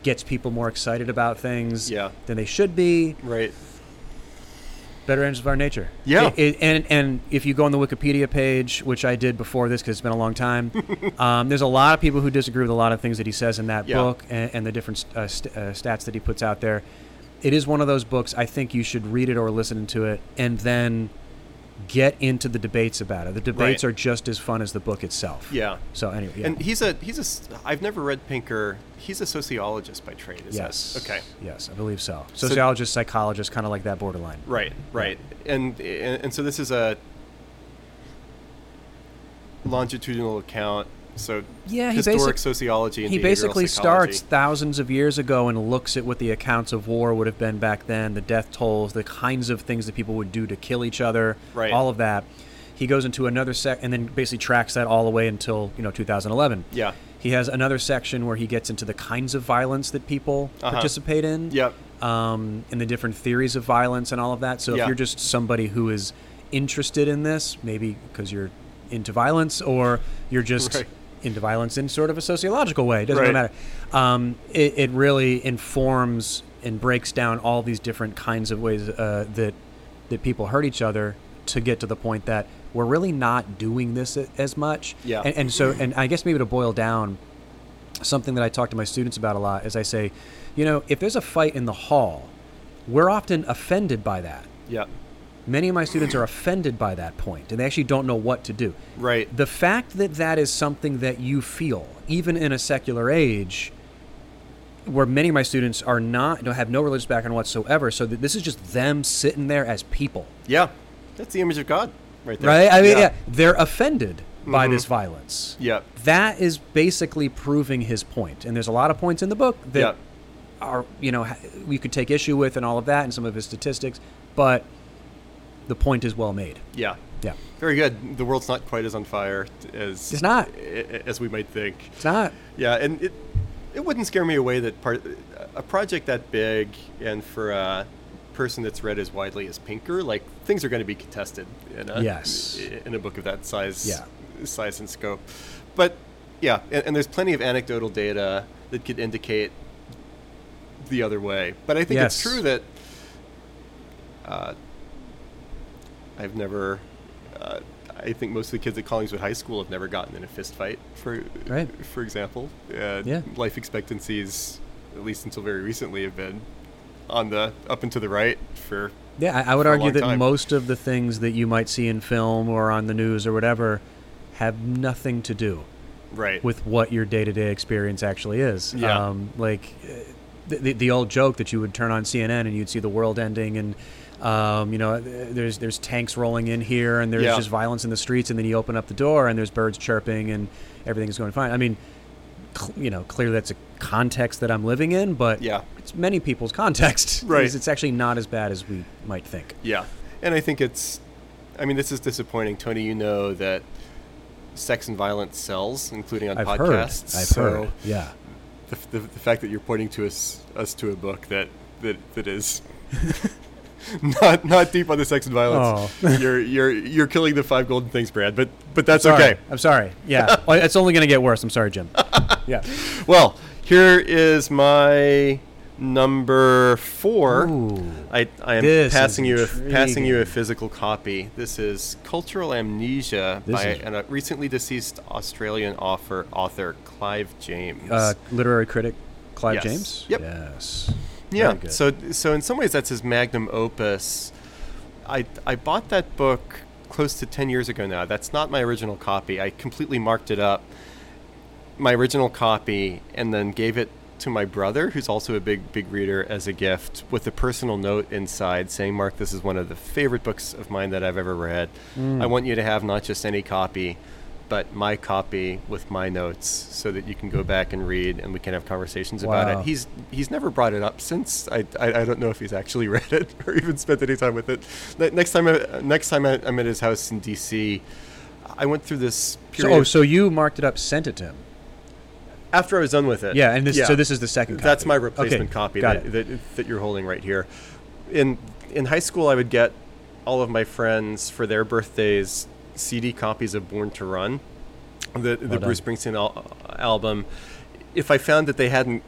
gets people more excited about things
Yeah.
than they should be.
right
Better Angels of Our Nature.
Yeah.
It- it- and and if you go on the Wikipedia page, which I did before this because it's been a long time, um, there's a lot of people who disagree with a lot of things that he says in that
Yeah.
book and, and the different uh, st- uh, stats that he puts out there. It is one of those books. I think you should read it or listen to it, and then get into the debates about it. The debates
Right.
are just as fun as the book itself.
Yeah.
So anyway, yeah.
And he's a he's a s- I've never read Pinker. He's a sociologist by trade. Is that-
yes.
okay.
Yes, I believe so. Sociologist, psychologist, kind of like that borderline.
Right. Right. And, and and so this is a longitudinal account. So
Yeah, he
historic
basic-
sociology. And
He
behavioral
basically
psychology.
starts thousands of years ago and looks at what the accounts of war would have been back then, the death tolls, the kinds of things that people would do to kill each other,
Right.
all of that. He goes into another sec and then basically tracks that all the way until, you know, 2011.
Yeah.
He has another section where he gets into the kinds of violence that people
Uh-huh.
participate in.
Yep.
Um, and the different theories of violence and all of that. So
Yeah.
if you're just somebody who is interested in this, maybe because you're into violence or you're just
Right.
into violence in sort of a sociological way, it doesn't really
Right.
matter. Um, it, it really informs and breaks down all these different kinds of ways uh, that that people hurt each other to get to the point that we're really not doing this a- as much.
Yeah.
And, and so, and I guess maybe to boil down, something that I talk to my students about a lot is I say, you know, if there's a fight in the hall, we're often offended by that.
Yeah.
Many of my students are offended by that point, and they actually don't know what to do.
Right.
The fact that that is something that you feel, even in a secular age, where many of my students are not, don't have no religious background whatsoever, so that this is just them sitting there as people,
yeah. That's the image of God, right there.
right? I mean, yeah,
Yeah.
they're offended by
Mhm.
this violence.
Yeah.
That is basically proving his point, and there's a lot of points in the book that
Yeah.
are you know ha- we could take issue with and all of that and some of his statistics, but the point is well made.
Yeah.
Yeah,
Very good. The world's not quite as on fire t- as
It's not.
a- a- as we might think.
it's not.
Yeah, and it it wouldn't scare me away that part a project that big and for a person that's read as widely as Pinker, like things are going to be contested in a
Yes.
in a book of that size
Yeah.
size and scope. But yeah, and, and there's plenty of anecdotal data that could indicate the other way. But I think it's
Yes.
true that uh, I've never. Uh, I think most of the kids at Collingswood High School have never gotten in a fist fight, for
Right.
for example. Uh,
Yeah.
Life expectancies, at least until very recently, have been on the up and to the right for.
Yeah, I, I would
For a
argue
long
that
time.
most of the things that you might see in film or on the news or whatever have nothing to do
Right.
with what your day to day experience actually is.
Yeah.
Um, like uh, the, the the old joke that you would turn on CNN and you'd see the world ending and. Um, you know, th- there's there's tanks rolling in here, and there's
Yeah.
just violence in the streets, and then you open up the door, and there's birds chirping, and everything's going fine. I mean, cl- you know, clearly that's a context that I'm living in, but
Yeah.
it's many people's context.
Right.
It's- It's actually not as bad as we might think.
Yeah, and I think it's. I mean, this is disappointing, Tony. You know that sex and violence sells, including on
I've heard. I've
podcasts. so
heard. Yeah.
The, f- the, the fact that you're pointing to us us to a book that that that is not not deep on the sex and violence.
Oh.
you're you're you're killing the five golden things, Brad. But but that's
Sorry.
okay.
I'm sorry. Yeah. well, it's only going to get worse. I'm sorry, Jim. yeah.
Well, here is my number four.
Ooh.
I, I am
This is
passing you a, passing you a
intriguing.
physical copy. This is Cultural Amnesia
This
by
is-
an, a recently deceased Australian author, author Clive James.
Uh, literary critic Clive
Yes.
James.
Yep.
Yes.
yeah.
Very good.
So so in some ways that's his magnum opus. I I bought that book close to 10 years ago now. That's not my original copy. I completely marked it up. My original copy and then gave it to my brother who's also a big big reader as a gift with a personal note inside saying mark this is one of the favorite books of mine that i've ever read
Mm.
i want you to have not just any copy but my copy with my notes so that you can go back and read and we can have conversations about
Wow.
it he's he's never brought it up since I, I i don't know if he's actually read it or even spent any time with it Ne- next time I, next time I, i'm at his house in dc i went through this
So,
period
oh, so you marked it up, sent it to him.
after i was done with it
Yeah, and this so this is the second. Copy.
Uh, that's my replacement
Okay,
copy
got
that,
it.
that, that you're holding right here. In in high school, I would get all of my friends for their birthdays CD copies of Born to Run, the the
Well
Bruce
done.
Springsteen al- album. If I found that they hadn't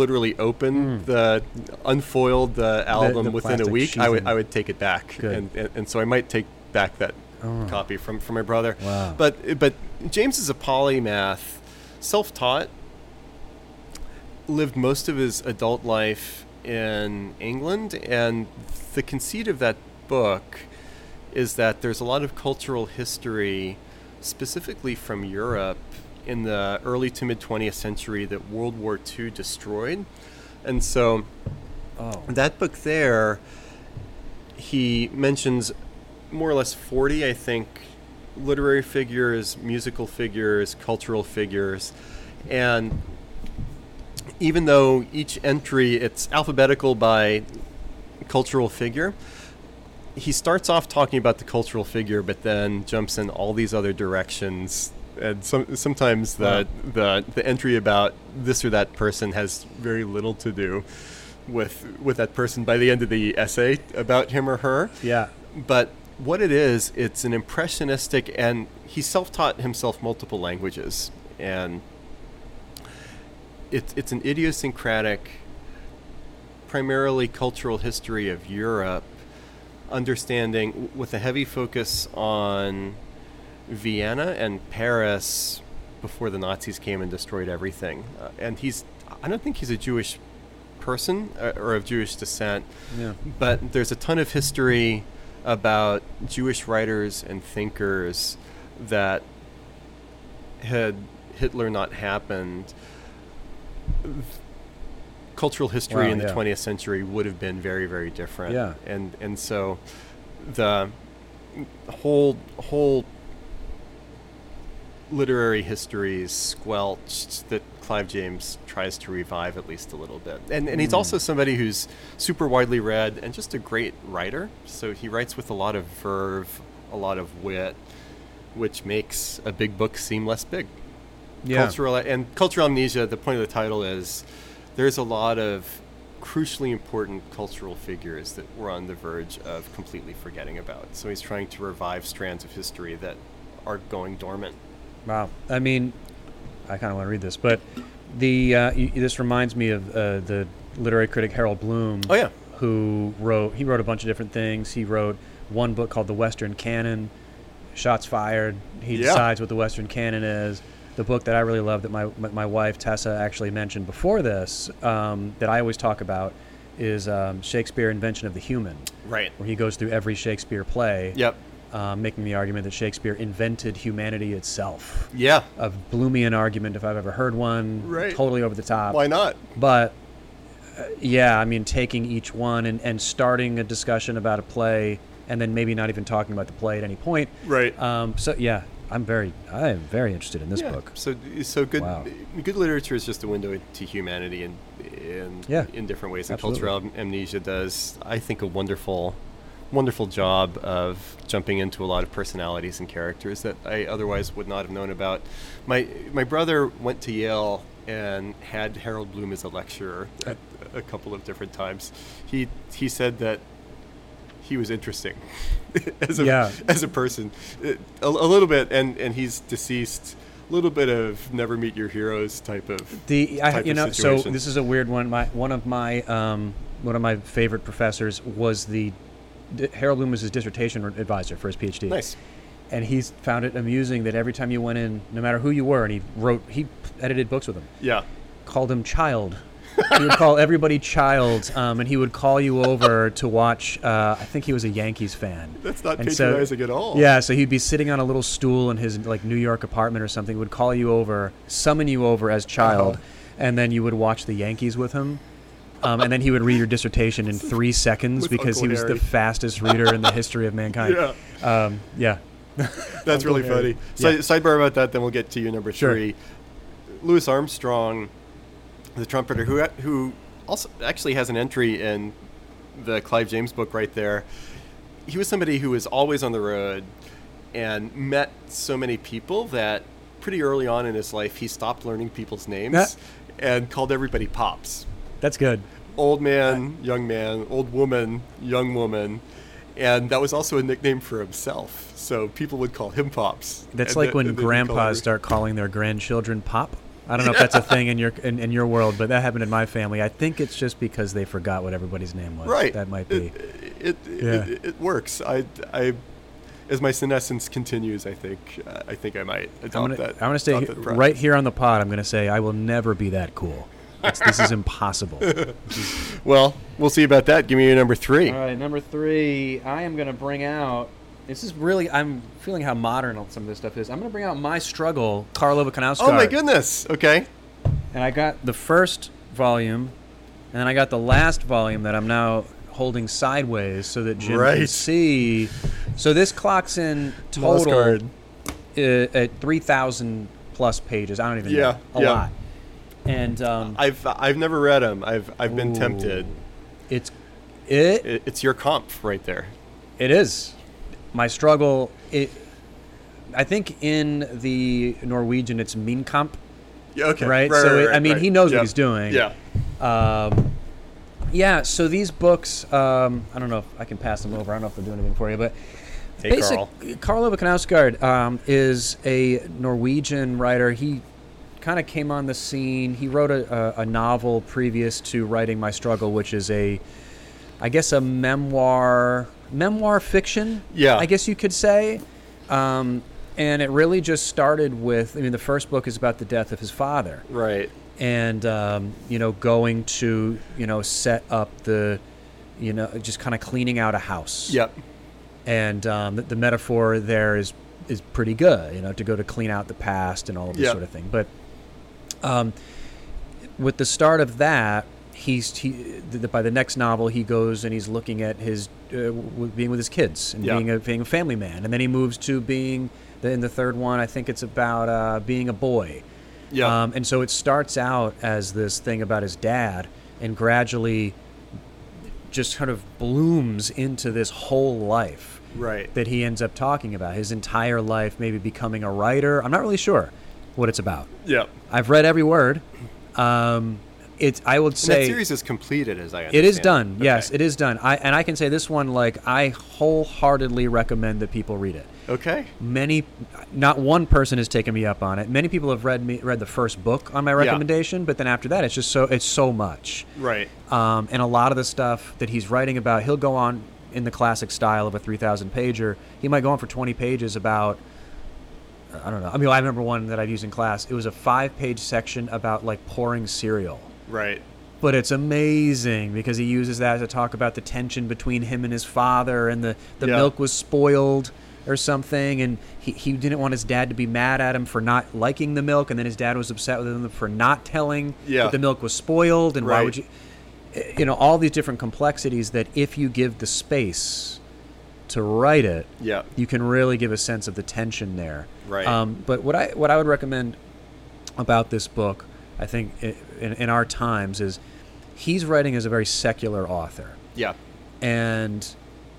literally open the unfoiled the album
Hmm. the
within a
plastic
week, I would
sheathing.
I would take it back,
Good.
and, and and so I might take back that
Oh.
copy from from my brother.
Wow.
But but James is a polymath, self-taught. Lived most of his adult life in England, and the conceit of that book is that there's a lot of cultural history, specifically from Europe, in the early to mid 20th century that World War II destroyed, and so
Oh.
that book there he mentions more or less 40 i think literary figures musical figures cultural figures and even though each entry it's alphabetical by cultural figure he starts off talking about the cultural figure but then jumps in all these other directions and some, sometimes the, the the entry about this or that person has very little to do with with that person by the end of the essay about him or her
Yeah.
but what it is, it's an impressionistic, and he self-taught himself multiple languages, and it's it's an idiosyncratic, primarily cultural history of Europe, understanding w- with a heavy focus on Vienna and Paris before the Nazis came and destroyed everything. Uh, and he's I don't think he's a Jewish person uh, or of Jewish descent
Yeah.
but there's a ton of history about Jewish writers and thinkers that had Hitler not happened, cultural history
Wow,
in the
yeah.
20th century would have been very, very different.
Yeah.
And and so the whole whole literary history is squelched that Clive James tries to revive at least a little bit. And and he's also somebody who's super widely read and just a great writer. So he writes with a lot of verve, a lot of wit, which makes a big book seem less big.
Yeah.
Cultural and cultural amnesia, the point of the title is there's a lot of crucially important cultural figures that we're on the verge of completely forgetting about. So he's trying to revive strands of history that are going dormant.
Wow. I mean, I kind of want to read this, but the uh, y this reminds me of uh, the literary critic Harold Bloom.
Oh, yeah.
Who wrote? He wrote a bunch of different things. He wrote one book called The Western Canon. Shots fired. He
Yeah.
decides what the Western Canon is. The book that I really love that my my- my wife Tessa actually mentioned before this um, that I always talk about is um, Shakespeare Invention of the Human,
Right.
where he goes through every Shakespeare play,
Yep.
um, making the argument that Shakespeare invented humanity itself
Yeah.
a Bloomian argument if I've ever heard one.
Right.
Totally over the top.
Why not?
But uh, yeah, I mean, taking each one and, and starting a discussion about a play and then maybe not even talking about the play at any point.
Right.
Um, so yeah, I'm very, I am very interested in this
yeah.
book.
So so good
Wow.
good literature is just a window to humanity and in,
Yeah.
in different ways. And
Absolutely.
cultural am- amnesia does, I think, a wonderful wonderful job of jumping into a lot of personalities and characters that I otherwise would not have known about. My my brother went to Yale and had Harold Bloom as a lecturer at a couple of different times. He he said that he was interesting as a
Yeah.
as a person Uh, a, a little bit and and he's deceased a little bit of never meet your heroes type of
The I,
type
you
of
know so
situation.
this is a weird one. My one of my um, one of my favorite professors was the D- Harold Bloom was his dissertation advisor for his PhD.
nice
and he's found it amusing that every time you went in, no matter who you were, and he wrote, he edited books with him,
yeah
called him child. he would call everybody child, um, and he would call you over to watch. Uh, I think he was a Yankees fan.
that's not
And so-
patronizing at all
Yeah, so he'd be sitting on a little stool in his like New York apartment or something. Would call you over, summon you over as child,
Uh-huh.
and then you would watch the Yankees with him. Um, and then he would read your dissertation in three seconds
With
because he
Uncle
was
Harry.
the fastest reader in the history of mankind.
Yeah.
Um, yeah.
that's
Uncle
really
Harry.
funny
Yeah.
Si- sidebar about that then we'll get to you number
Sure.
three louis armstrong the trumpeter who who also actually has an entry in the clive james book right there he was somebody who was always on the road and met so many people that pretty early on in his life he stopped learning people's names and called everybody pops
That's good.
old man young man old woman young woman and that was also a nickname for himself so people would call him pops
That's
And
like
then-
when
and then he'd call
grandpas
every-
start calling their grandchildren pop. I don't know if that's a thing in your in, in your world, but that happened in my family. I think it's just because they forgot what everybody's name was.
Right.
That might be.
It, it,
Yeah.
it, it works. I, I, as my senescence continues, I think uh, I think I might adopt
I'm gonna
that.
I'm gonna stay
adopt
he-
that practice.
right here on the pod. I'm gonna say I will never be that cool. It's, this is impossible.
Well, we'll see about that. Give me your number three.
All right, number three, I am going to bring out. This is really, I'm feeling how modern all- some of this stuff is. I'm going to bring out my struggle, Karlova Kanauskar.
oh my goodness. Okay.
And I got the first volume, and then I got the last volume that I'm now holding sideways so that Jim can
Right.
see. So this clocks in total
Mossgard.
uh, at 3,000 plus pages. I don't even
Yeah,
know. A
yeah.
lot. And um,
I've I've never read them. I've I've been tempted.
ooh, It's it
It, it's your comp right there.
It is. My struggle. It. I think in the Norwegian, it's Mean Kamp,
Yeah. Okay.
right? so it, I mean, he knows what he's doing.
Yeah.
Um, yeah. So these books, um, I don't know if I can pass them over. I don't know if they'll do anything for you, but
Hey,
basic
Carl.
Karlova Knausgaard um, is a Norwegian writer. He kind of came on the scene. He wrote a, a, a novel previous to writing My Struggle, which is a, I guess, a memoir, memoir fiction.
Yeah.
I guess you could say. Um, and it really just started with. I mean, the first book is about the death of his father
Right.
and um, you know going to you know set up the you know just kind of cleaning out a house
Yep.
and um, the, the metaphor there is is pretty good you know to go to clean out the past and all of this
Yeah.
sort of thing but um, with the start of that he's he, th- th- by the next novel he goes and he's looking at his uh, w- being with his kids and
Yeah.
being a being a family man and then he moves to being the, in the third one I think it's about uh, being a boy
Yeah.
um, and so it starts out as this thing about his dad and gradually just kind of blooms into this whole life
right.
that he ends up talking about. His entire life, maybe becoming a writer. I'm not really sure what it's about.
Yep.
I've read every word. Um, it's, I would
And that
say.
series is completed, as I understand.
It is done. Yes,
Okay.
it is done. I, and I can say this one, like, I wholeheartedly recommend that people read it
Okay.
many not one person has taken me up on it many people have read me read the first book on my recommendation but then after that it's just so it's so much
Right.
um, and a lot of the stuff that he's writing about he'll go on in the classic style of a 3000 pager he might go on for 20 pages about i don't know i mean i remember one that i'd used in class it was a five page section about like pouring cereal
Right.
but it's amazing because he uses that to talk about the tension between him and his father and the, the
Yeah.
milk was spoiled or something and he, he didn't want his dad to be mad at him for not liking the milk and then his dad was upset with him for not telling
Yeah.
that the milk was spoiled and why
Right.
would you you know all these different complexities that if you give the space to write it
Yeah.
you can really give a sense of the tension there.
Right.
Um, but what I what I would recommend about this book, I think, i- in, in our times, is he's writing as a very secular author,
Yeah.
and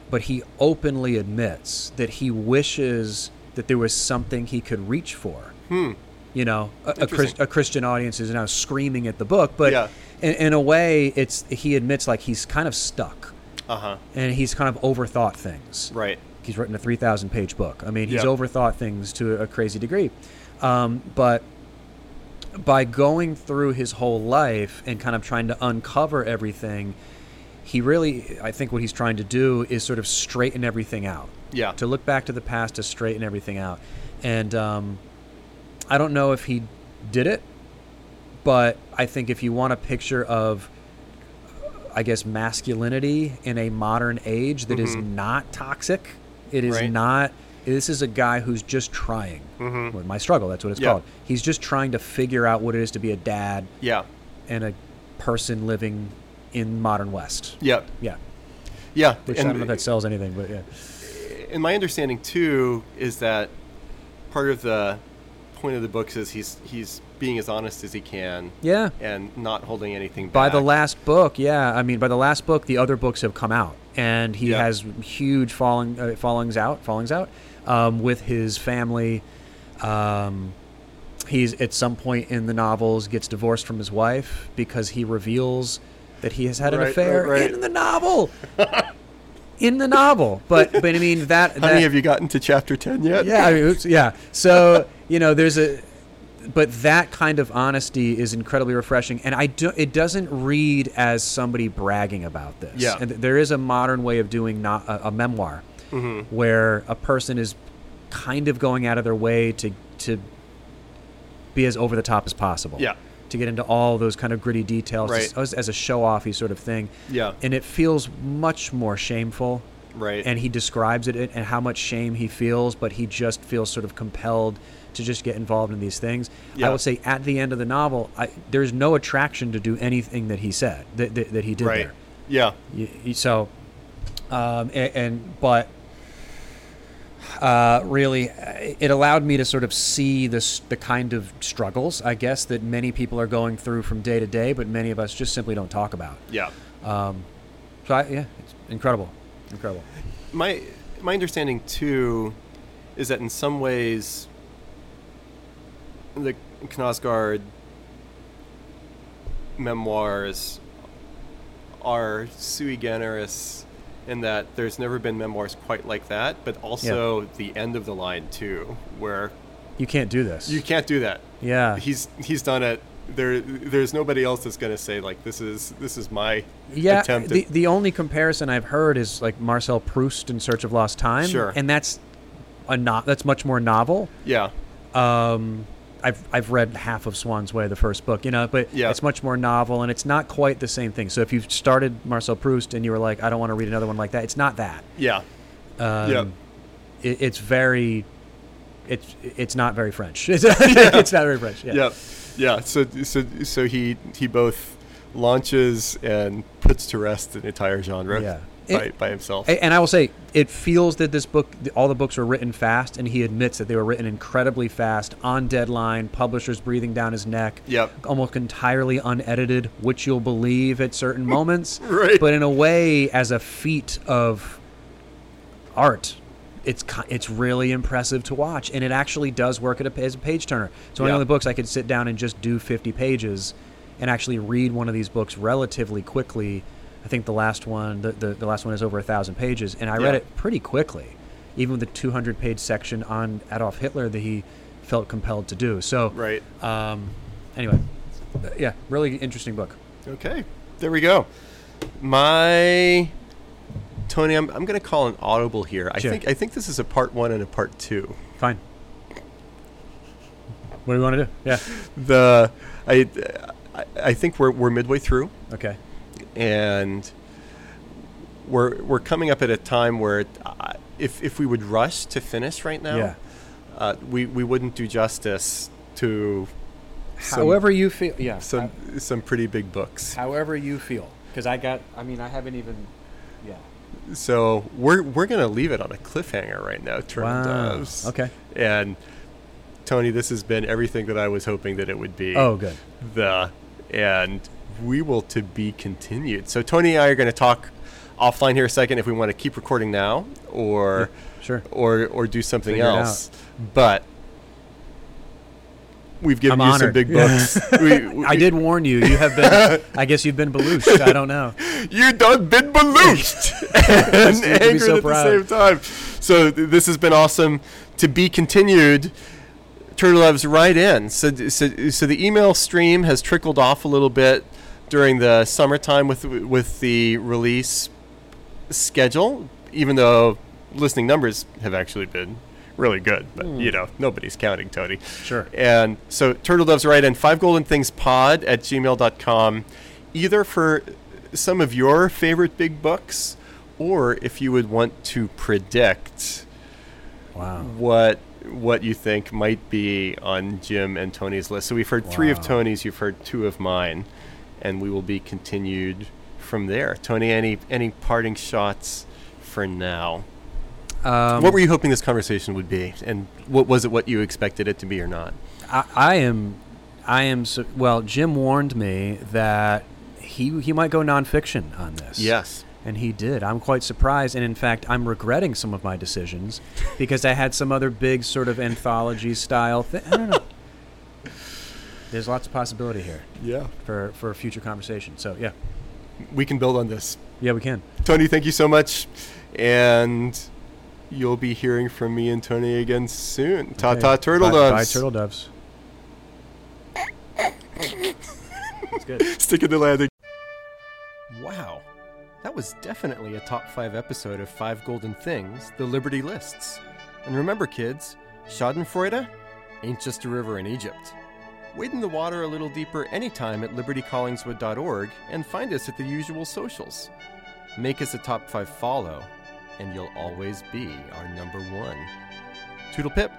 but he openly admits that he wishes that there was something he could reach for.
Hmm.
You know, a, a, Chris,
Interesting.
a Christian audience is now screaming at the book, but
Yeah.
in, in a way, it's he admits like he's kind of stuck
Uh huh.
and he's kind of overthought things
Right.
he's written a 3,000 page book. I mean, he's
Yeah.
overthought things to a crazy degree. Um, but by going through his whole life and kind of trying to uncover everything, he really, I think what he's trying to do is sort of straighten everything out.
Yeah.
To look back to the past to straighten everything out. And um, I don't know if he did it, but I think if you want a picture of, I guess, masculinity in a modern age that is not toxic, it is
Mm-hmm. Right.
not. This is a guy who's just trying. Well, my struggle, that's what it's
Mm-hmm. Yeah.
called. He's just trying to figure out what it is to be a dad
Yeah.
and a person living in modern West.
Yeah.
Yeah.
Yeah.
Which I
And-
don't know if that sells anything, but yeah.
and my understanding too is that part of the point of the books is he's he's being as honest as he can
Yeah.
and not holding anything
By
back.
the last book, yeah. I mean, by the last book, the other books have come out, and he
Yeah.
has huge falling, uh, fallings out, fallings out, um, with his family. Um, he's at some point in the novels gets divorced from his wife because he reveals that he has had an
Right,
affair
right, right.
in the novel. in the novel, but but I mean that.
honey
that
have you gotten to chapter 10 yet
yeah, I mean, oops, yeah. So you know, there's a but that kind of honesty is incredibly refreshing and i do it doesn't read as somebody bragging about this
Yeah.
and th- there is a modern way of doing not a, a memoir
Mm-hmm.
where a person is kind of going out of their way to to be as over the top as possible
Yeah.
to get into all those kind of gritty details
Right.
as, as a show offy sort of thing
Yeah.
and it feels much more shameful
Right.
and he describes it and how much shame he feels, but he just feels sort of compelled to just get involved in these things.
Yeah.
I will say at the end of the novel, I, there's no attraction to do anything that he said that, that, that he did
right.
there.
Yeah.
Y- y- So, um, and, and but uh, really, uh, it allowed me to sort of see this the kind of struggles, I guess, that many people are going through from day to day, but many of us just simply don't talk about.
Yeah.
Um, so I, yeah, it's incredible, incredible.
my my understanding too is that in some ways the Knosgaard memoirs are sui generis in that there's never been memoirs quite like that, but also the end of the line too, where
You can't do this.
you can't do that.
Yeah.
He's he's done it. There there's nobody else that's gonna say like this is this is my
yeah.
attempt
The,
at-
the only comparison I've heard is like Marcel Proust in Search of Lost Time.
Sure.
And that's a no- that's much more novel.
Yeah.
Um, I've I've read half of Swan's Way, the first book, you know, but
Yeah.
it's much more novel and it's not quite the same thing. So if you've started Marcel Proust and you were like, I don't want to read another one like that, it's not that.
Yeah.
Um,
yeah.
it, it's very. It's it's not very French. It's, it's not very French. Yeah.
Yeah, yeah. So so so he he both launches and puts to rest an entire genre
Yeah.
by,
It-
by himself.
A- And I will say, it feels that this book, th- all the books were written fast, and he admits that they were written incredibly fast, on deadline, publishers breathing down his neck,
yep.
almost entirely unedited, which you'll believe at certain moments.
Right.
But in a way, as a feat of art, it's ki- it's really impressive to watch, and it actually does work at a, as a page turner. So in
Yeah.
one of the books, I could sit down and just do 50 pages, and actually read one of these books relatively quickly. I think the last one, the, the, the last one is over a thousand pages, and I read
Yeah.
it pretty quickly, even with the 200 page section on Adolf Hitler that he felt compelled to do. So
Right.
um, anyway, uh, yeah, really interesting book.
Okay. There we go. My Tony, I'm I'm gonna call an audible here. I
Sure.
think I think this is a part one and a part two.
Fine. What do we want to do? Yeah.
The I I, I think we're we're midway through.
Okay.
and we're we're coming up at a time where uh, if if we would rush to finish right now,
Yeah.
uh, we we wouldn't do justice to some,
however you feel. Yeah.
some some pretty big books.
however you feel, because I got. I mean, I haven't even. Yeah.
So we're we're gonna leave it on a cliffhanger right now, Turn Doves.
Okay.
And Tony, this has been everything that I was hoping that it would be.
Oh, good.
the and we will to be continued. So Tony and I are going to talk offline here a second if we want to keep recording now or
Sure.
or or do something
Figure it
else. But we've given
I'm
you some
honored.
big books. we, we,
I did warn you. You have been. I guess you've been belooched. I don't know.
You done been balooched and
You'd be
angered
so
at
proud.
the same time. So th- this has been awesome. To be continued. Turtle Love's right in. So, d- so, so the email stream has trickled off a little bit during the summertime with with the release schedule, even though listening numbers have actually been really good. But you know, nobody's counting, Tony.
Sure.
And so Turtle Dove's right in five golden things pod at gmail.com, either for some of your favorite big books or if you would want to predict
Wow.
what what you think might be on Jim and Tony's list. So we've heard three of
Wow.
Tony's, you've heard two of mine, and we will be continued from there. Tony, any any parting shots for now?
Um,
what were you hoping this conversation would be, and what was it what you expected it to be or not?
I, I am, I am. So, well, Jim warned me that he he might go nonfiction on this.
Yes.
And he did. I'm quite surprised, and in fact, I'm regretting some of my decisions because I had some other big sort of anthology style thing. I don't know. There's lots of possibility here
Yeah.
for for future conversation. So yeah,
We can build on this.
yeah, we can.
Tony, thank you so much, and you'll be hearing from me and Tony again soon. Ta
Okay.
ta, turtle
Bye-
doves.
Bye, turtle doves.
good.
Sticking the landing. Wow. That was definitely a top five episode of Five Golden Things, The Liberty Lists. And remember, kids, Schadenfreude ain't just a river in Egypt. Wade in the water a little deeper anytime at libertycollingswood.org and find us at the usual socials. Make us a top five follow, and you'll always be our number one. Toodle pip.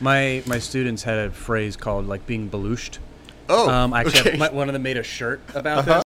My my students had a phrase called like being belooshed.
Oh,
um, I actually
okay. Uh-huh.
have, my, one of them made a shirt about